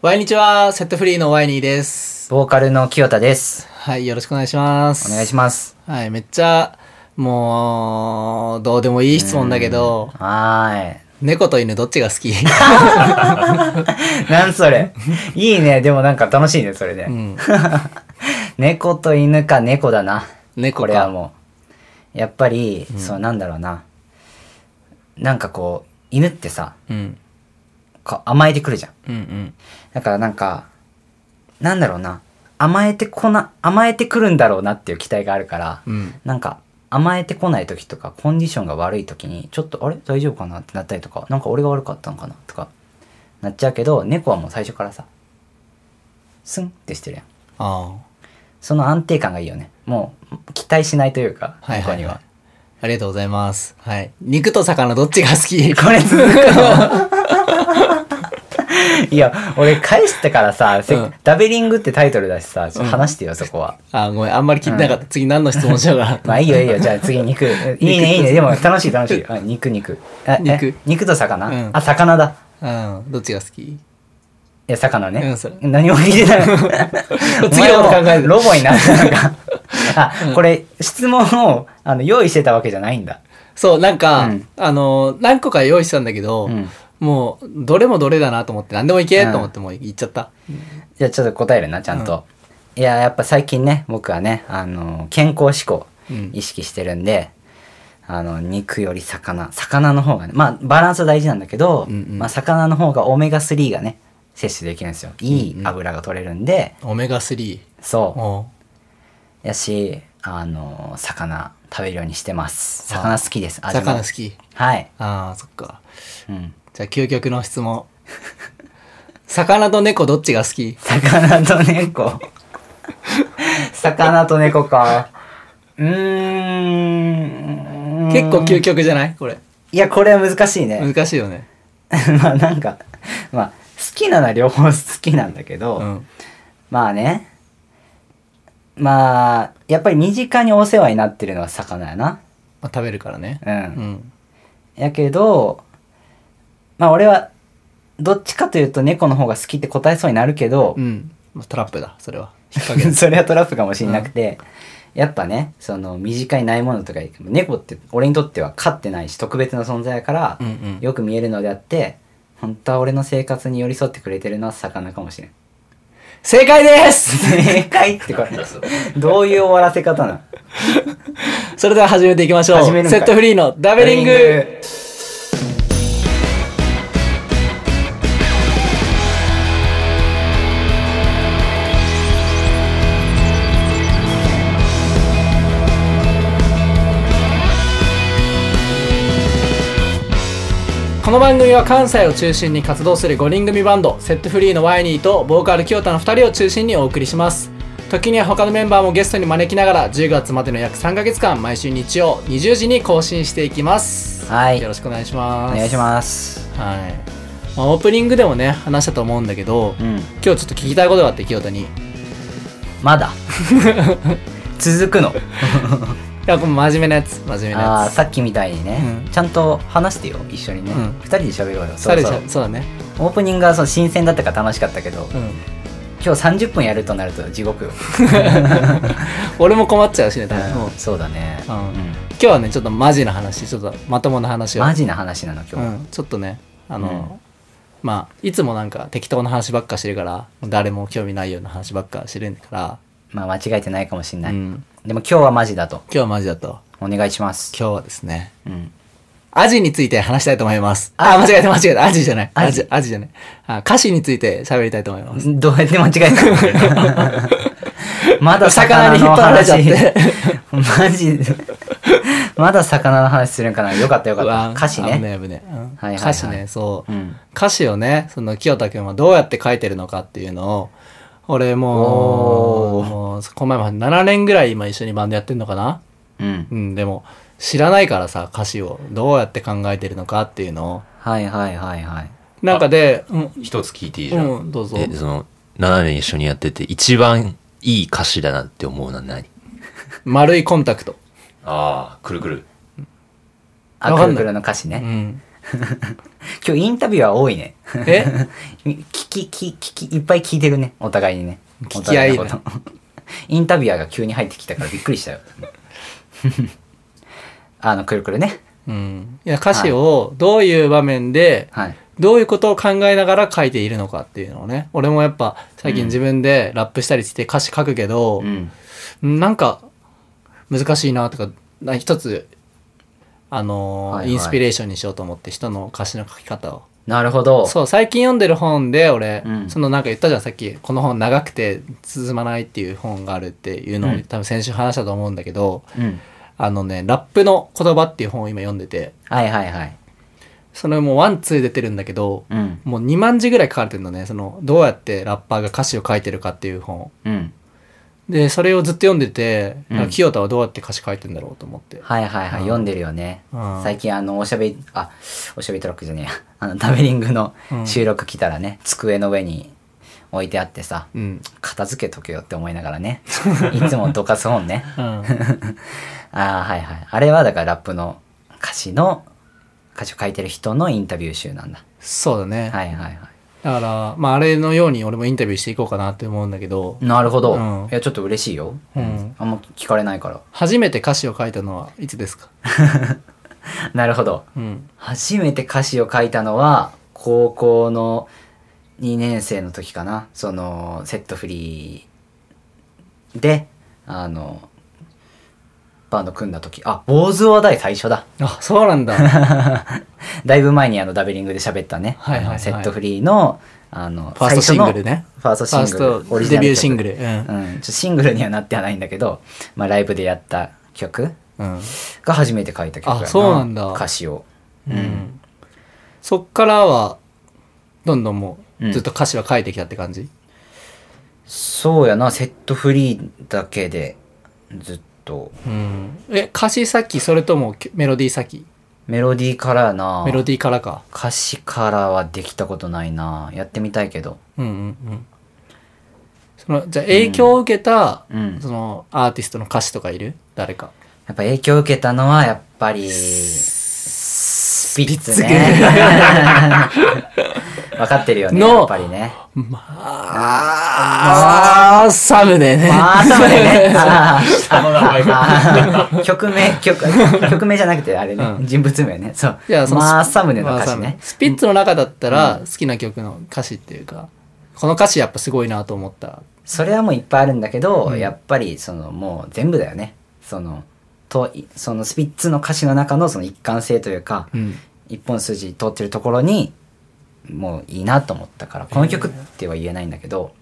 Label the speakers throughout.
Speaker 1: ワイニチはセットフリーのワイニーです。
Speaker 2: ボーカルの清田です。
Speaker 1: はい、よろしくお願いします。
Speaker 2: お願いします。
Speaker 1: はい、めっちゃ、もう、どうでもいい質問だけど、
Speaker 2: は
Speaker 1: 猫と犬どっちが好 き
Speaker 2: ーい。なんそれ。いいね。でもなんか楽しいね、それで。
Speaker 1: ん
Speaker 2: 猫と犬か猫だな。
Speaker 1: 猫
Speaker 2: これは
Speaker 1: か。
Speaker 2: もう。やっぱり、そうなんだろうな。なんかこう、犬ってさ、
Speaker 1: うん。
Speaker 2: こう甘えてくるじゃん。
Speaker 1: うんうん。
Speaker 2: だからなんか、なんだろうな。甘えてこな、甘えてくるんだろうなっていう期待があるから、
Speaker 1: うん。
Speaker 2: なんか甘えてこない時とかコンディションが悪い時にちょっとあれ大丈夫かなってなったりとかなんか俺が悪かったのかなとかなっちゃうけど猫はもう最初からさスンってしてるやん
Speaker 1: あ
Speaker 2: その安定感がいいよねもう期待しないというか
Speaker 1: あ。はい
Speaker 2: 猫
Speaker 1: はい、
Speaker 2: に
Speaker 1: は。
Speaker 2: はい
Speaker 1: ありがとうございます。はい。肉と魚どっちが好 き
Speaker 2: これ続くの いや俺返してからさ、せっ
Speaker 1: うん
Speaker 2: ダベリングってタイトルだしさちょっと話してよ、そこは
Speaker 1: あ、ごめん、あんまり聞いてなかった。次何の質問しよう か
Speaker 2: まあいいよいいよじゃあ次 肉いいねいいねでも楽しい楽しいあ肉肉あえ
Speaker 1: 肉
Speaker 2: 肉と魚、
Speaker 1: うん
Speaker 2: あ魚だ
Speaker 1: な。うん。どっちが好き
Speaker 2: え、魚ね。
Speaker 1: うんそれ
Speaker 2: 何も聞い てない。
Speaker 1: 次のこと考える
Speaker 2: お前もうロボ になったのか。あ、これ、質問をあの用意してたわけじゃないんだ。
Speaker 1: そう、なんか、
Speaker 2: うん
Speaker 1: あの、何個か用意したんだけど、
Speaker 2: うん
Speaker 1: もう、どれもどれだなと思って、何でもいけと思って、もう行っちゃった。
Speaker 2: じゃあちょっと答えるな、ちゃんと。いや、やっぱ最近ね、僕はね、あの、健康志向
Speaker 1: うん
Speaker 2: 意識してるんで、あの、肉より魚。魚の方がね、まあ、バランスは大事なんだけど、
Speaker 1: うんうん
Speaker 2: まあ、魚の方がオメガ3がね、摂取できるんですよ。いい油が取れるんで、
Speaker 1: オメガ3。
Speaker 2: そう。
Speaker 1: お
Speaker 2: やし、あの、魚食べるようにしてます。魚好きです。味も
Speaker 1: 魚好き。
Speaker 2: はい。
Speaker 1: ああ、そっか。
Speaker 2: うん。
Speaker 1: じゃあ、究極の質問。 魚と猫どっちが好き
Speaker 2: 魚と猫。 魚と猫か。うーん。
Speaker 1: 結構究極じゃないこれ。
Speaker 2: いや、これは難しいね。
Speaker 1: 難しいよね。
Speaker 2: まあなんか、まあ、好きなのは両方好きなんだけど、
Speaker 1: うん。
Speaker 2: まあね。まあ、やっぱり身近にお世話になってるのは魚やな。
Speaker 1: まあ、食べるからね。
Speaker 2: う。
Speaker 1: うんん。
Speaker 2: やけど、まあ俺は、どっちかというと猫の方が好きって答えそうになるけど
Speaker 1: う、ん。まあ、トラップだ、それは。引っ掛け だ
Speaker 2: それはトラップかもしれなくて、やっぱね、その身近にないものとか、猫って俺にとっては飼ってないし特別な存在やから、
Speaker 1: うんうん。
Speaker 2: よく見えるのであって、本当は俺の生活に寄り添ってくれてるのは魚かもしれん。
Speaker 1: 正解です
Speaker 2: 正解ってこれ、 どういう終わらせ方なの
Speaker 1: それでは始めていきましょう。
Speaker 2: 始めるんか
Speaker 1: セ
Speaker 2: い
Speaker 1: ットフリーのダベリングこの番組は関西を中心に活動する5人組バンドセットフリーのワイニーとボーカル清田の2人を中心にお送りします時には他のメンバーもゲストに招きながら10月までの約3ヶ月間毎週日曜20時に更新していきます
Speaker 2: はい
Speaker 1: よろしくお願いします
Speaker 2: お願いします。
Speaker 1: すはい、まあ、オープニングでもね話したと思うんだけど、
Speaker 2: う
Speaker 1: 今
Speaker 2: ん。
Speaker 1: 日ちょっと聞きたいことがあって清田にい
Speaker 2: ま だ続くの。
Speaker 1: やこれ真面目なやつ真面目
Speaker 2: あ
Speaker 1: な
Speaker 2: あ
Speaker 1: や
Speaker 2: さっきみたいにね、
Speaker 1: うん
Speaker 2: ちゃんと話してよ一緒にね、
Speaker 1: う
Speaker 2: 二
Speaker 1: ん
Speaker 2: 人で喋ろうよ
Speaker 1: つ
Speaker 2: そ
Speaker 1: そうれ
Speaker 2: そ
Speaker 1: じ
Speaker 2: う
Speaker 1: ゃそうだね
Speaker 2: オープニングはその新鮮だったから楽しかったけど、
Speaker 1: うん
Speaker 2: 今日30分やるとなると地獄よ、
Speaker 1: 俺も困っちゃうしね多分、
Speaker 2: う
Speaker 1: うんん、今
Speaker 2: そうだね、
Speaker 1: うん
Speaker 2: うん
Speaker 1: 日はねちょっとマジな話ちょっとまともな話を
Speaker 2: マジな話なの今日、
Speaker 1: うん、ちょっとねあの、まあいつもなんか適当な話ばっかしてるから誰も興味ないような話ばっかしてるか
Speaker 2: まあ間違えてないかもしれ
Speaker 1: ら、う
Speaker 2: ない、
Speaker 1: ん、
Speaker 2: でも今日はマジだと
Speaker 1: 今日はマジだと
Speaker 2: お願いします、
Speaker 1: 今日はですね
Speaker 2: うん、
Speaker 1: アジについて話したいと思いますあ間違えた間違えたアジじゃない
Speaker 2: ア
Speaker 1: ア
Speaker 2: ジ
Speaker 1: ジアジじゃないあ歌詞について喋りたいと思います
Speaker 2: どうやって間違えた のまだ魚
Speaker 1: 魚に
Speaker 2: の話
Speaker 1: 引っ張られちゃっ
Speaker 2: マジでまだ魚の話するんかなよかったよか
Speaker 1: うわ
Speaker 2: った歌詞ね
Speaker 1: 危ない危ないうん
Speaker 2: はいはい
Speaker 1: 歌詞ねそう、
Speaker 2: うん
Speaker 1: 歌詞をねその清田君はどうやって書いてるのかっていうのを俺も
Speaker 2: お
Speaker 1: う
Speaker 2: ー
Speaker 1: もうこの前も7年ぐらい今一緒にバンドやってんのかな
Speaker 2: うん
Speaker 1: うん、でも知らないからさ歌詞をどうやって考えてるのかっていうのを
Speaker 2: はいはいはいはい
Speaker 1: なんかで、うん、
Speaker 3: 一つ聞いていいじゃん。
Speaker 1: うんどうぞ
Speaker 3: で、その、7年一緒にやってて、一番いい歌詞だなって思うのは何
Speaker 1: 丸いコンタクト、
Speaker 3: ああ、くるくる。
Speaker 2: あ
Speaker 1: わ
Speaker 2: く
Speaker 1: かんな
Speaker 2: る
Speaker 1: い
Speaker 2: くるの歌詞
Speaker 1: う
Speaker 2: ね、
Speaker 1: ん、
Speaker 2: 今日インタビューは多いね。
Speaker 1: え
Speaker 2: 聞き、聞き、聞き、いっぱい聞いてるね。お互いにね。
Speaker 1: 聞き合い
Speaker 2: お互のことインタビュアーが急に入ってきたからびっくりしたよ。 あの、くるくるね。
Speaker 1: うん。いや、歌詞をどういう場面で、
Speaker 2: はい。
Speaker 1: どういうことを考えながら書いているのかっていうのをね。俺もやっぱ最近自分でラップしたりして歌詞書くけど、
Speaker 2: うん。
Speaker 1: なんか難しいなとかな一つあのー
Speaker 2: はいはい
Speaker 1: インスピレーションにしようと思って人の歌詞の書き方を
Speaker 2: なるほど。
Speaker 1: そう最近読んでる本で俺、
Speaker 2: うん
Speaker 1: そのなんか言ったじゃんさっきこの本長くて進まないっていう本があるっていうのを、
Speaker 2: うん
Speaker 1: 多分先週話したと思うんだけど
Speaker 2: うん。
Speaker 1: あのね「ラップの言葉」っていう本を今読んでて
Speaker 2: はいはいはい。
Speaker 1: それもうワンツー出てるんだけど
Speaker 2: うん。
Speaker 1: もう2万字ぐらい書かれてるのねそのどうやってラッパーが歌詞を書いてるかっていう本
Speaker 2: うん。
Speaker 1: でそれをずっと読んでて、
Speaker 2: うん
Speaker 1: なんか清田はどうやって歌詞書いてんだろうと思って
Speaker 2: はいはいはい。読んでるよね。
Speaker 1: うん
Speaker 2: 最近あの、おしゃべり、あ、おしゃべりトラックじゃねえや。あの、ダベリングの
Speaker 1: うん
Speaker 2: 収録来たらね、机の上に置いてあってさ、
Speaker 1: うん。
Speaker 2: 片付けとけよって思いながらね。いつもどかす本ね。
Speaker 1: うん。
Speaker 2: ああ、はいはい。あれはだからラップの歌詞の、歌詞を書いてる人のインタビュー集なんだ。
Speaker 1: そうだね。
Speaker 2: はいはいはい。
Speaker 1: だから、まあ、あれのように俺もインタビューしていこうかなって思うんだけど、
Speaker 2: なるほど。
Speaker 1: うん
Speaker 2: いや、ちょっと嬉しいよ。
Speaker 1: うん
Speaker 2: あんま聞かれないから。
Speaker 1: 初めて歌詞を書いたのはいつですか
Speaker 2: なるほど。
Speaker 1: うん。
Speaker 2: 初めて歌詞を書いたのは高校の2年生の時かなそのセットフリーであのバンド組んだ時あ坊主は大最初だ
Speaker 1: あ、そうなん だ。
Speaker 2: だいぶ前にあのダベリングで喋ったね、
Speaker 1: はいはいはい
Speaker 2: あのセットフリーのあの
Speaker 1: ファーストシングルね。
Speaker 2: ファースト
Speaker 1: ファー
Speaker 2: シン
Speaker 1: ス
Speaker 2: グル
Speaker 1: ト
Speaker 2: オリジ
Speaker 1: デ
Speaker 2: ナル
Speaker 1: ビュー
Speaker 2: 曲
Speaker 1: シングル。うん。
Speaker 2: うん、ちょっとシングルにはなってはないんだけど、まあ、ライブでやった曲
Speaker 1: うん。
Speaker 2: が初めて書いた曲や
Speaker 1: あそうなんだ
Speaker 2: 歌詞を
Speaker 1: うんそっからは、どんどんも
Speaker 2: う
Speaker 1: うんずっと歌詞は書いてきたって感じ、
Speaker 2: そうやな、セットフリーだけで、ずっと。
Speaker 1: うん、え、歌詞先それともメロディー先
Speaker 2: メロディーからやな
Speaker 1: メ、ロディーからか。
Speaker 2: 歌詞からはできたことないな。やってみたいけど。
Speaker 1: うんうんうん。その、じゃあ影響を受けた、
Speaker 2: うん。
Speaker 1: そのアーティストの歌詞とかいる誰か。
Speaker 2: やっぱ影響を受けたのは、やっぱり、スピッツ
Speaker 1: スピッ
Speaker 2: ね。分かってるよね、
Speaker 1: の
Speaker 2: やっぱりね。
Speaker 1: まあ、サムでね。
Speaker 2: まあ、そうだよね。あー
Speaker 3: 下の名前が。
Speaker 2: あー曲名、曲、曲名じゃなくて、あれね、
Speaker 1: う
Speaker 2: 人物名ね。そう。
Speaker 1: いやその
Speaker 2: まあ、サムネの歌詞
Speaker 1: まあサム
Speaker 2: ね。
Speaker 1: スピッツの中だったら好きな曲の歌詞っていうか、この歌詞やっぱすごいなと思った。
Speaker 2: それはもういっぱいあるんだけど、
Speaker 1: うん
Speaker 2: やっぱりそのもう全部だよねそのといそのスピッツの歌詞の中のその一貫性というか、
Speaker 1: うん。
Speaker 2: 一本筋通ってるところにもういいなと思ったからこの曲っては言えないんだけど、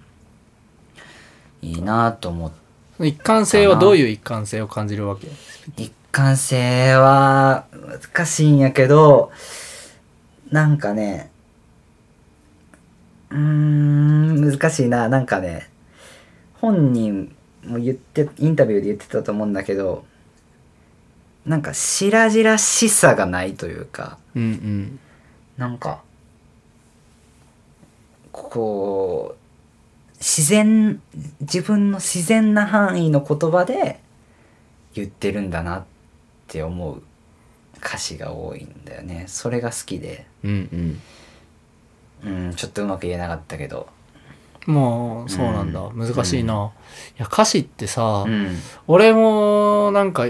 Speaker 2: いいなと思って
Speaker 1: その一貫性はどういう一貫性を感じるわけ
Speaker 2: 一貫性は難しいんやけどなんかねうーん難しいななんかね本人も言ってインタビューで言ってたと思うんだけどなんか白々しさがないというか
Speaker 1: うんうん。
Speaker 2: なんかこう自然自分の自然な範囲の言葉で言ってるんだなって思う歌詞が多いんだよねそれが好きで
Speaker 1: うん
Speaker 2: うんちょっとうまく言えなかったけど
Speaker 1: うん。もう、そうなんだ。
Speaker 2: うん
Speaker 1: 難しいな。いや、歌詞ってさ、
Speaker 2: うん
Speaker 1: 俺もなんか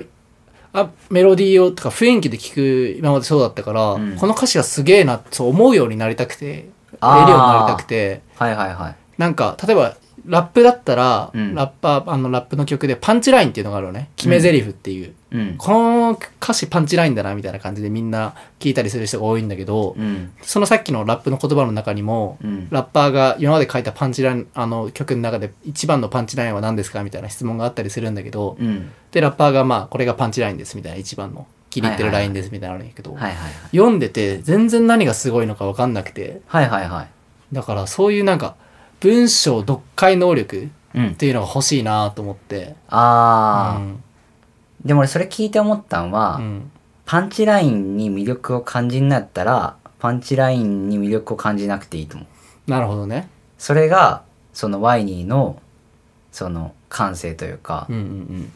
Speaker 1: あメロディーをとか雰囲気で聞く今までそうだったから、
Speaker 2: うん
Speaker 1: この歌詞がすげえなそう思うようになりたくて
Speaker 2: あー
Speaker 1: 得るようになりたくて
Speaker 2: はいはいはい
Speaker 1: なんか例えばラップだったら、
Speaker 2: うん
Speaker 1: ラッパーあのラップの曲でパンチラインっていうのがあるよね決め台詞っていう、
Speaker 2: うん
Speaker 1: この歌詞パンチラインだなみたいな感じでみんな聞いたりする人が多いんだけど、
Speaker 2: うん
Speaker 1: そのさっきのラップの言葉の中にも、
Speaker 2: うん
Speaker 1: ラッパーが今まで書いたパンチラインあの曲の中で一番のパンチラインは何ですかみたいな質問があったりするんだけど、
Speaker 2: うん
Speaker 1: でラッパーがまあこれがパンチラインですみたいな一番の気に入ってる
Speaker 2: はい
Speaker 1: ラ
Speaker 2: はいはい
Speaker 1: インですみたいなのあるんやけど、
Speaker 2: はいはい
Speaker 1: 読んでて全然何がすごいのか分かんなくて
Speaker 2: はいはいはいはい
Speaker 1: だからそういうなんか文章読解能力
Speaker 2: う
Speaker 1: っ
Speaker 2: ん
Speaker 1: ていうのが欲しいなと思って
Speaker 2: ああ、
Speaker 1: うん
Speaker 2: でも俺それ聞いて思ったんは、
Speaker 1: うん
Speaker 2: パンチラインに魅力を感じんなったらパンチラインに魅力を感じなくていいと思う
Speaker 1: なるほどね
Speaker 2: それがそのワイニーのその感性というか、
Speaker 1: うんうん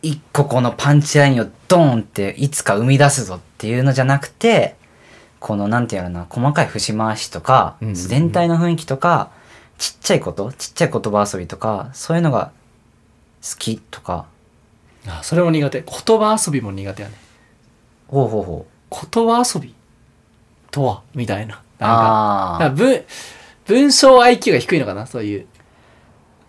Speaker 2: 一個このパンチラインをドーンっていつか生み出すぞっていうのじゃなくてこのなんていうのかな細かい節回しとか、
Speaker 1: うんうんうん
Speaker 2: 全体の雰囲気とかちっちゃいことちっちゃい言葉遊びとかそういうのが好きとか
Speaker 1: あそれも苦手言葉遊びも苦手やね
Speaker 2: ほうほうほう
Speaker 1: 言葉遊びとはみたいななんか
Speaker 2: あ
Speaker 1: なん
Speaker 2: ー
Speaker 1: か文文章 IQ が低いのかなそういう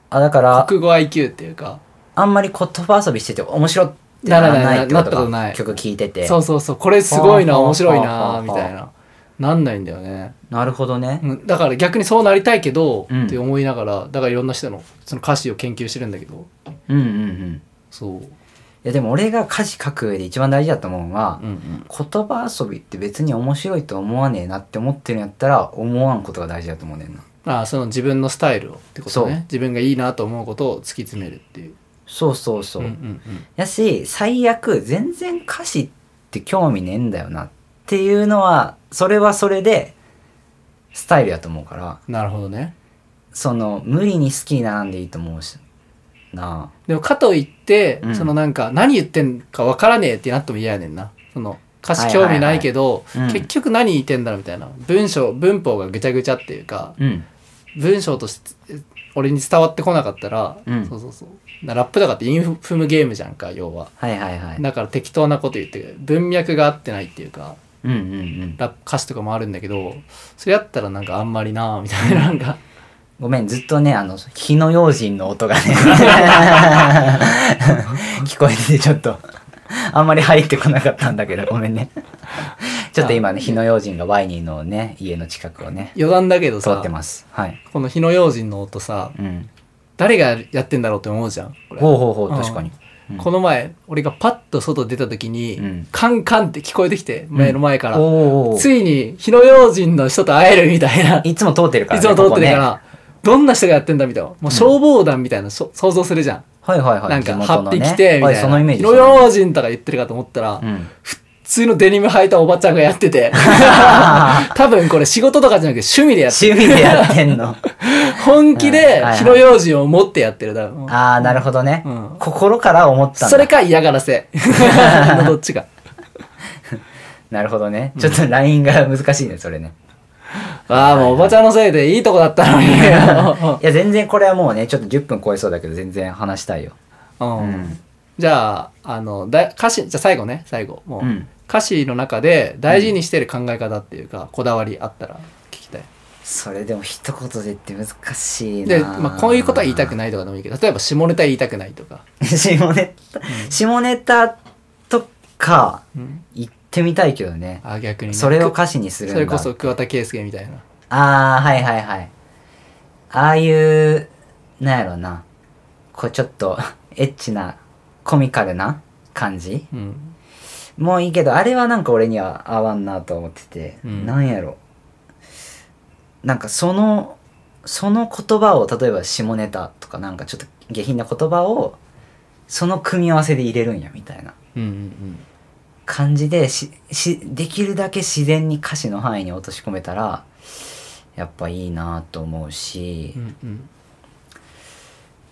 Speaker 2: あだから
Speaker 1: 国語 IQ っていうか
Speaker 2: あんまり言葉遊びしてて面白ってなら
Speaker 1: なら
Speaker 2: な
Speaker 1: ないい
Speaker 2: って
Speaker 1: な
Speaker 2: こと
Speaker 1: ったこ
Speaker 2: か
Speaker 1: とない
Speaker 2: 曲聴いてて
Speaker 1: そうそうそうこれすごいな
Speaker 2: はあはあ
Speaker 1: 面白い
Speaker 2: はあは
Speaker 1: な
Speaker 2: あ
Speaker 1: みたいななんないんだよね
Speaker 2: なるほどね、
Speaker 1: うんだから逆にそうなりたいけど、
Speaker 2: うん
Speaker 1: って思いながらだからいろんな人のその歌詞を研究してるんだけど
Speaker 2: うん、うんうん
Speaker 1: そう、
Speaker 2: いやでも俺が歌詞書く上で一番大事だと思うのは、
Speaker 1: うん
Speaker 2: 言葉遊びって別に面白いと思わねえなって思ってるんやったら思わんことが大事だと思うねんな
Speaker 1: ああその自分のスタイルをってこと
Speaker 2: そう
Speaker 1: ね自分がいいなと思うことを突き詰めるっていう
Speaker 2: そうそうそう、
Speaker 1: んんうん
Speaker 2: やし最悪全然歌詞って興味ねえんだよなっていうのはそれはそれでスタイルやと思うから
Speaker 1: なるほどね
Speaker 2: その無理に好きにならんでいいと思うしな
Speaker 1: でもかといって、
Speaker 2: うん
Speaker 1: そのなんか何言ってんかわからねえってなっても嫌やねんなその歌詞興味ないけど、
Speaker 2: はいはいはいうん
Speaker 1: 結局何言ってんだろうみたいな文章文法がぐちゃぐちゃっていうか
Speaker 2: あうん
Speaker 1: 文章としてえ俺に伝わってこなかったら、
Speaker 2: うん
Speaker 1: そうそうそうなラップとかってインフムゲームじゃんか要は
Speaker 2: はいはいはい
Speaker 1: だから適当なこと言って文脈が合ってないっていうか
Speaker 2: うんうんうん
Speaker 1: ラップ歌詞とかもあるんだけどそれやったらなんかあんまりなあみたいななんか
Speaker 2: ごめんずっとねあの火の用心の音 がね聞こえててちょっとあんまり入ってこなかったんだけどごめんねちょっと今ね火の用心がワイニーのね家の近くをね
Speaker 1: 余談だけど
Speaker 2: 通
Speaker 1: さ
Speaker 2: ってますはい
Speaker 1: この火の用心の音さ
Speaker 2: うん
Speaker 1: 誰がやってんだろうって思うじゃんこれ
Speaker 2: ほうほうほう
Speaker 1: うん
Speaker 2: 確かにうん
Speaker 1: この前俺がパッと外出た時に、
Speaker 2: うん
Speaker 1: カンカンって聞こえてきて目の前から、
Speaker 2: お
Speaker 1: つ
Speaker 2: ー
Speaker 1: いに火の用心の人と会えるみたいない
Speaker 2: つも通ってるから
Speaker 1: い
Speaker 2: ね
Speaker 1: つも通ってるか
Speaker 2: ここね
Speaker 1: ら、どんな人がやってんだみたいな。もう消防団みたいな、そ想像するじゃん。
Speaker 2: はいはいはい
Speaker 1: なん
Speaker 2: 地
Speaker 1: か、
Speaker 2: 元
Speaker 1: 張
Speaker 2: の
Speaker 1: っ
Speaker 2: ね
Speaker 1: てきて、みた
Speaker 2: はい
Speaker 1: いな。
Speaker 2: そのイメージ
Speaker 1: 火の用心とか言ってるかと思ったら、
Speaker 2: う
Speaker 1: 普
Speaker 2: ん
Speaker 1: 通のデニム履いたおばちゃんがやって て。多分これ仕事とかじゃなくて趣味でやって
Speaker 2: 趣味でやってん の
Speaker 1: 本気で
Speaker 2: うんはいはい
Speaker 1: 火の用心を持ってやってる。だろ
Speaker 2: ああなるほどね
Speaker 1: うん
Speaker 2: 心から思ったんだ
Speaker 1: それか嫌がら せ。のどっちか。
Speaker 2: なるほどねちょっとラインが難しいねそれね
Speaker 1: ああ、もうおばちゃんのせいでいいとこだったのに。
Speaker 2: いや全然これはもうねちょっと10分超えそうだけど全然話したいよ
Speaker 1: うん
Speaker 2: うん
Speaker 1: じゃあ、あの、だ歌詞、じゃあ最後ね、最後。もう、
Speaker 2: うん
Speaker 1: 歌詞の中で大事にしてる考え方っていうか、こだわりあったら聞きたい。
Speaker 2: それでも一言でって難しいな
Speaker 1: で、まあ、こういうことは言いたく
Speaker 2: い
Speaker 1: ないとかでもいいけど、例えば下ネタ言いたくないとか。
Speaker 2: 下ネタ、下ネタとか
Speaker 1: うん
Speaker 2: 言ってみたいけどね
Speaker 1: あ、逆にね、
Speaker 2: それを歌詞にするんだ
Speaker 1: それこそ桑田佳祐みたいな。
Speaker 2: ああはいはいはいああいうなんやろなこうちょっとエッチなコミカルな感じ
Speaker 1: うん。
Speaker 2: もういいけどあれはなんか俺には合わんなと思ってて、
Speaker 1: うん
Speaker 2: なんやろなんかそのその言葉を例えば下ネタとかなんかちょっと下品な言葉をその組み合わせで入れるんやみたいな
Speaker 1: うんうんうん。
Speaker 2: 感じでししできるだけ自然に歌詞の範囲に落とし込めたらやっぱいいなと思うし、
Speaker 1: うんうん。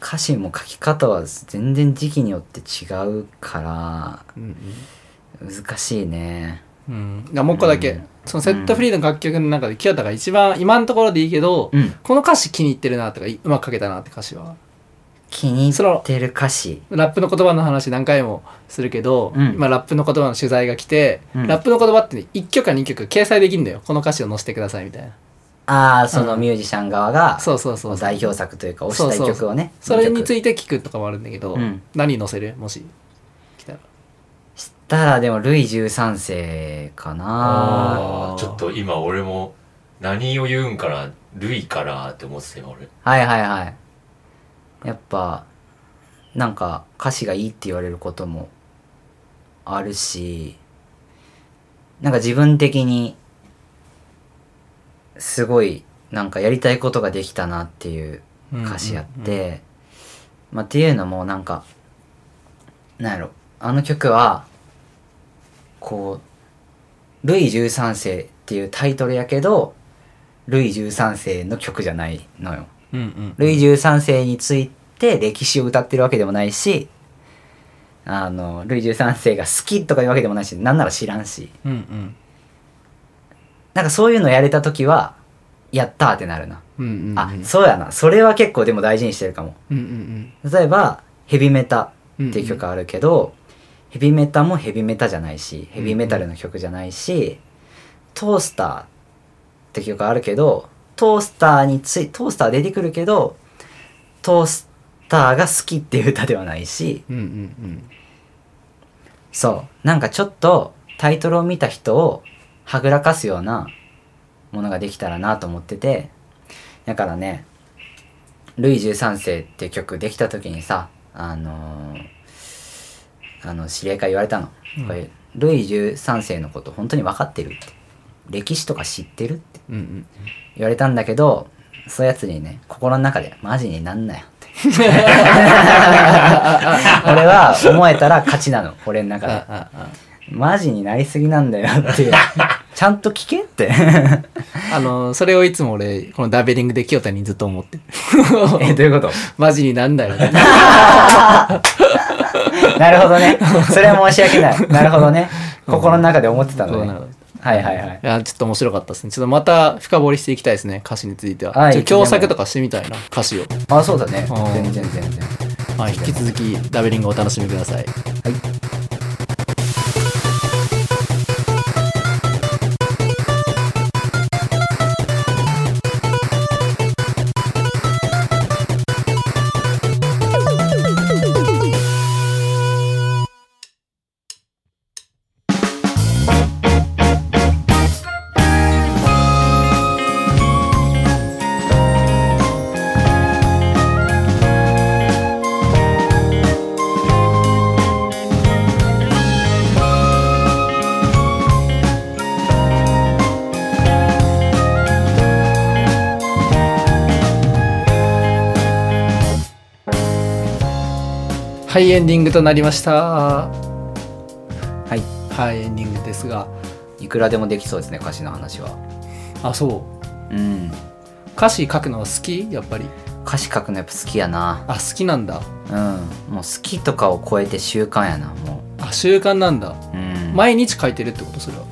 Speaker 2: 歌詞も書き方は全然時期によって違うから
Speaker 1: うん
Speaker 2: 難しいね。
Speaker 1: うん。うん。じゃあもう一個だけ、
Speaker 2: うん
Speaker 1: そのセットフリーの楽曲の中で清田が一番今のところでいいけど、
Speaker 2: うん
Speaker 1: この歌詞気に入ってるなとかいうまく書けたなって歌詞は
Speaker 2: 気に入ってる歌詞
Speaker 1: ラップの言葉の話何回もするけど、
Speaker 2: うん
Speaker 1: 今ラップの言葉の取材が来て、
Speaker 2: うん
Speaker 1: ラップの言葉って1曲か2曲掲載できるんだよこの歌詞を載せてくださいみたいな
Speaker 2: ああその
Speaker 1: うん
Speaker 2: ミュージシャン側が
Speaker 1: そうそうそう
Speaker 2: 代表作というか推したい曲をね
Speaker 1: それにつ
Speaker 2: いて
Speaker 1: いて聞くとかもあるんだけど、
Speaker 2: うん
Speaker 1: 何載せるもし来たら
Speaker 2: したらでもルイ13世かな
Speaker 1: あー
Speaker 3: ちょっと今俺も何を言うんかな、ルイかなって思ってた今俺。
Speaker 2: はいはいはいやっぱなんか歌詞がいいって言われることもあるしなんか自分的にすごいなんかやりたいことができたなっていう歌詞やって、まあ、っていうのもなんかなんやろあの曲はこう「ルイ13世」っていうタイトルやけどルイ13世の曲じゃないのよ。
Speaker 1: うんうん
Speaker 2: ルイ13世について歴史を歌ってるわけでもないしあのルイ13世が好きとかいうわけでもないしなんなら知らんし
Speaker 1: うんうん
Speaker 2: なんかそういうのやれた時はやったーってなるな、
Speaker 1: うんうんうん
Speaker 2: あそうやなそれは結構でも大事にしてるかも
Speaker 1: うんうん
Speaker 2: 例えばヘビメタ
Speaker 1: うん
Speaker 2: っていう曲あるけど、ヘビメタもヘビメタじゃないしヘビメタルの曲じゃないし、トースターって曲あるけどトースターについトースター出てくるけどトースターが好きっていう歌ではないし
Speaker 1: うんうん
Speaker 2: そうなんかちょっとタイトルを見た人をはぐらかすようなものができたらなと思っててだからね「ルイ13世」っていう曲できた時にさあのーあの知り合いから言われたの
Speaker 1: うん
Speaker 2: 「これルイ13世のこと本当に分かってる?」って「歴史とか知ってる?」って
Speaker 1: うんうん
Speaker 2: 言われたんだけどそういうやつにね心の中で「マジになんなよ」って 俺は思えたら勝ちなの俺の中で。
Speaker 1: ああ
Speaker 2: マジになりすぎなんだよって いうちゃんと聞けって
Speaker 1: ああのそれをいつも俺このダベリングで清田にずっと思ってる
Speaker 2: えどういうこと
Speaker 1: マジになんだよね
Speaker 2: なるほどねそれは申し訳 ないなるほどね心の中で思ってた
Speaker 1: そ
Speaker 2: の
Speaker 1: う
Speaker 2: ね
Speaker 1: なの
Speaker 2: はいはいはい
Speaker 1: いやちょっと面白かったですねちょっとまた深掘りしていきたいですね歌詞については、
Speaker 2: はい
Speaker 1: ちょっと共作とかしてみたいな歌詞を、
Speaker 2: あそうだね
Speaker 1: うん
Speaker 2: 全然全然
Speaker 1: はい、引き続きダベリングをお楽しみくださいはいエンディングとなりましたは
Speaker 2: はい
Speaker 1: いエンディングですが
Speaker 2: いくらでもできそうですね歌詞の話は
Speaker 1: あそう
Speaker 2: うん
Speaker 1: 歌詞書くのは好きやっぱり
Speaker 2: 歌詞書くのやっぱ好きやな
Speaker 1: あ好きなんだ
Speaker 2: うんもう好きとかを超えて習慣やなも
Speaker 1: あ習慣なんだ
Speaker 2: ううん
Speaker 1: 毎日書いてるってことそれは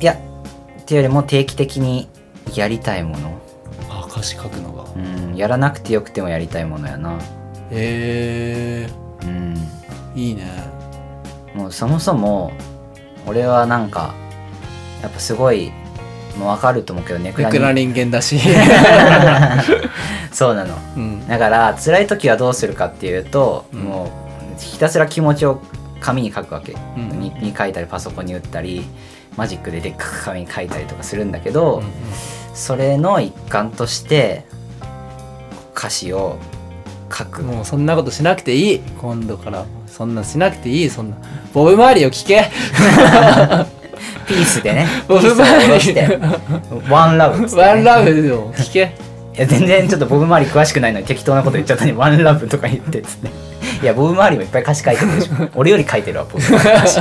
Speaker 1: い
Speaker 2: やっていうよりも定期的にやりたいもの
Speaker 1: あ歌詞書くのが
Speaker 2: うんやらなくてよくてもやりたいものやな
Speaker 1: へえ
Speaker 2: うん
Speaker 1: いいね
Speaker 2: もうそもそも俺はなんかやっぱすごいもうわかると思うけどネク
Speaker 1: い
Speaker 2: ラ
Speaker 1: くら
Speaker 2: に
Speaker 1: 人間だ し
Speaker 2: そうなの
Speaker 1: うん
Speaker 2: だから辛い時はどうするかっていうと、
Speaker 1: うん
Speaker 2: もうひたすら気持ちを紙に書くわけ、
Speaker 1: うん
Speaker 2: にに書いたりパソコンに打ったりマジックででっかく紙に書いたりとかするんだけ
Speaker 1: う
Speaker 2: ど、
Speaker 1: んうん
Speaker 2: それの一環として歌詞を書く、
Speaker 1: もうそんなことしなくていい今度からそんなしなくていいそんなボブ周りを聞け
Speaker 2: ピースで ねピ
Speaker 1: ボ
Speaker 2: ース
Speaker 1: ブ
Speaker 2: を下ろ
Speaker 1: 周
Speaker 2: し
Speaker 1: り
Speaker 2: てワンラブっつってね
Speaker 1: ワンラブを聞け
Speaker 2: いや全然ちょっとボブ周り詳しくないのに適当なこと言っちゃったの に「ワンラブ」とか言ってっつっていやボブ周りもいっぱい歌詞書いてるでしょ俺より書いてるわボブ周りの歌詞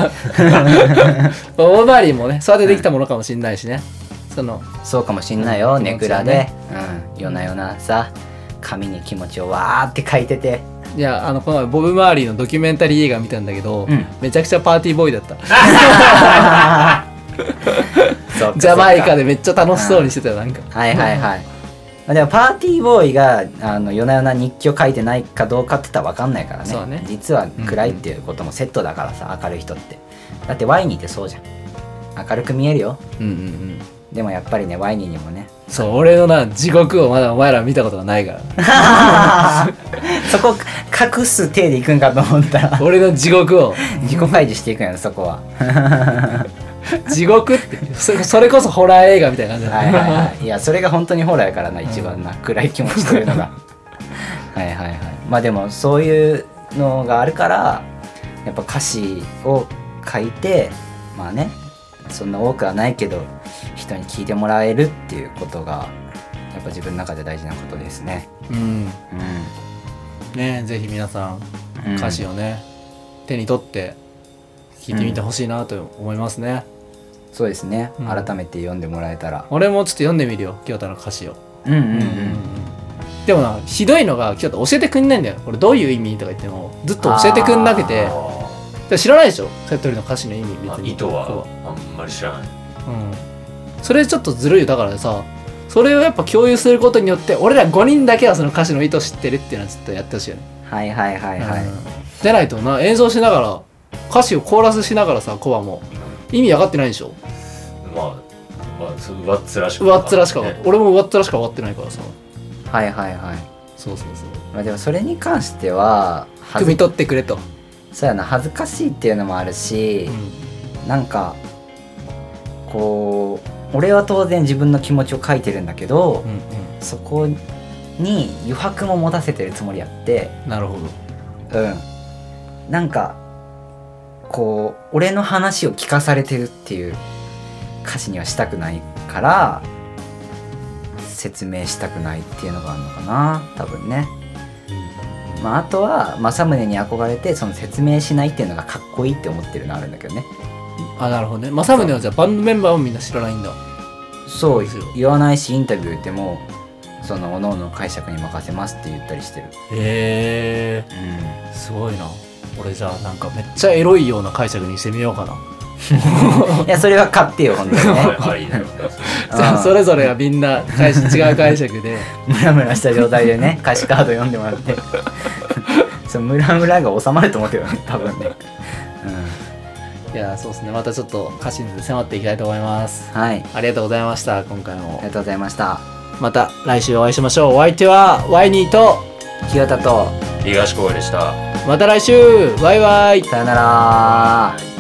Speaker 1: ボブ周りもね育ててきたものかもしれないしねその
Speaker 2: そうかもしんないよ
Speaker 1: うん
Speaker 2: ネクラ
Speaker 1: 気持
Speaker 2: で
Speaker 1: ち、
Speaker 2: うん、夜な夜なさ紙に気持ちをわーって書いてて
Speaker 1: いやあのこの前ボブ周りのドキュメンタリー映画見たんだけど、
Speaker 2: うん
Speaker 1: めちゃくちゃパーティーボーイだった
Speaker 2: そうか
Speaker 1: ジャマイ
Speaker 2: そ
Speaker 1: カ
Speaker 2: う
Speaker 1: でめっちゃ楽しそうにしてたよなんか
Speaker 2: かはいはいはいまあでもパーティーボーイがあの夜な夜な日記を書いてないかどうかって言ったら分かんないから
Speaker 1: そう
Speaker 2: ね
Speaker 1: ね
Speaker 2: 実は暗いっていうこともセットだからさ明るい人ってだってワイニーってそうじゃん明るく見えるよ
Speaker 1: うんうんうん
Speaker 2: でもやっぱりねワイニーにもね
Speaker 1: そう俺のな地獄をまだお前ら見たことがないから
Speaker 2: そこ隠す手でいくんかと思ったら
Speaker 1: 俺の地獄を
Speaker 2: 自己開示していくんやろそこは
Speaker 1: 地獄ってそれそれこそホラー映画みたいな感じだった
Speaker 2: はいはいはいいやそれが本当にホラーやからな一番な暗い気持ちというのがはいはいはいまあでもそういうのがあるからやっぱ歌詞を書いてまあねそんな多くはないけど人に聞いてもらえるっていうことがやっぱ自分の中で大事なことですね
Speaker 1: うん
Speaker 2: う
Speaker 1: ねぜひ皆さん
Speaker 2: ん、うん、
Speaker 1: 歌詞をね、手に取って聴いてみてほしいなと思いますね、
Speaker 2: そうですね、
Speaker 1: うん
Speaker 2: 改めて読んでもらえたら
Speaker 1: 俺もちょっと読んでみるよ清田の歌詞を、
Speaker 2: うんうんうん、
Speaker 1: でもなひどいのが清田教えてくんないんだよこれどういう意味とか言ってもずっと教えてくんなくて
Speaker 2: あ
Speaker 1: で知らないでしょセットリの歌詞の意味別
Speaker 3: あ
Speaker 1: に
Speaker 3: 意図はあんまり知らない
Speaker 1: うん、それちょっとずるいよだからさそれをやっぱ共有することによって俺ら5人だけはその歌詞の意図知ってるっていうのはちょっとやってほしいよね、
Speaker 2: はいはいはいはい、
Speaker 1: うんじゃないとな演奏しながら歌詞をコーラスしながらさコバも意味分かってないでしょ
Speaker 3: まあ、まあ、そう上っ面しか
Speaker 1: 上っ面しか分かって
Speaker 3: ね
Speaker 1: 俺も上っ面しか分かってないからさ
Speaker 2: はいはいはい
Speaker 1: そうそうそう
Speaker 2: まあでもそれに関しては恥
Speaker 1: 汲
Speaker 2: ず
Speaker 1: み取ってくれと、
Speaker 2: そうやな恥ずかしいっていうのもあるし、なんかこう俺は当然自分の気持ちを書いてるんだけど、
Speaker 1: うん
Speaker 2: そこに余白も持たせてるつもりやって
Speaker 1: うんなるほど
Speaker 2: うんなんかこう俺の話を聞かされてるっていう歌詞にはしたくないから説明したくないっていうのがあるのかな多分ね、まあ、あとは政宗に憧れてその説明しないっていうのがかっこいいって思ってるのはあるんだけどね
Speaker 1: あなるほどね政宗はじゃあバンドメンバーもみんな知らないんだ
Speaker 2: そう
Speaker 1: ですよ
Speaker 2: 言わないしインタビューでもその各々の解釈に任せますって言ったりしてる、
Speaker 1: へえ
Speaker 2: う、
Speaker 1: すごいな俺じゃあなんかめっちゃエロいような解釈にしてみようかなん
Speaker 2: いや それは買ってよ本当にね
Speaker 3: ありだよね
Speaker 1: じゃあそれぞれがみんな解釈違う解釈 で
Speaker 2: ムラムラした状態でね歌詞カード読んでもらって そのムラムラが収まると思うけどね多分ね、
Speaker 1: いやそうですねまたちょっと歌詞に迫っていきたいと思います
Speaker 2: うん、はい
Speaker 1: ありがとうございました今回
Speaker 2: あ
Speaker 1: も
Speaker 2: りがとうございました
Speaker 1: また来週お会いしましょうお相手はワイニーと
Speaker 2: 清田と
Speaker 3: 東公園でした
Speaker 1: また来週バイバイ
Speaker 2: さよなら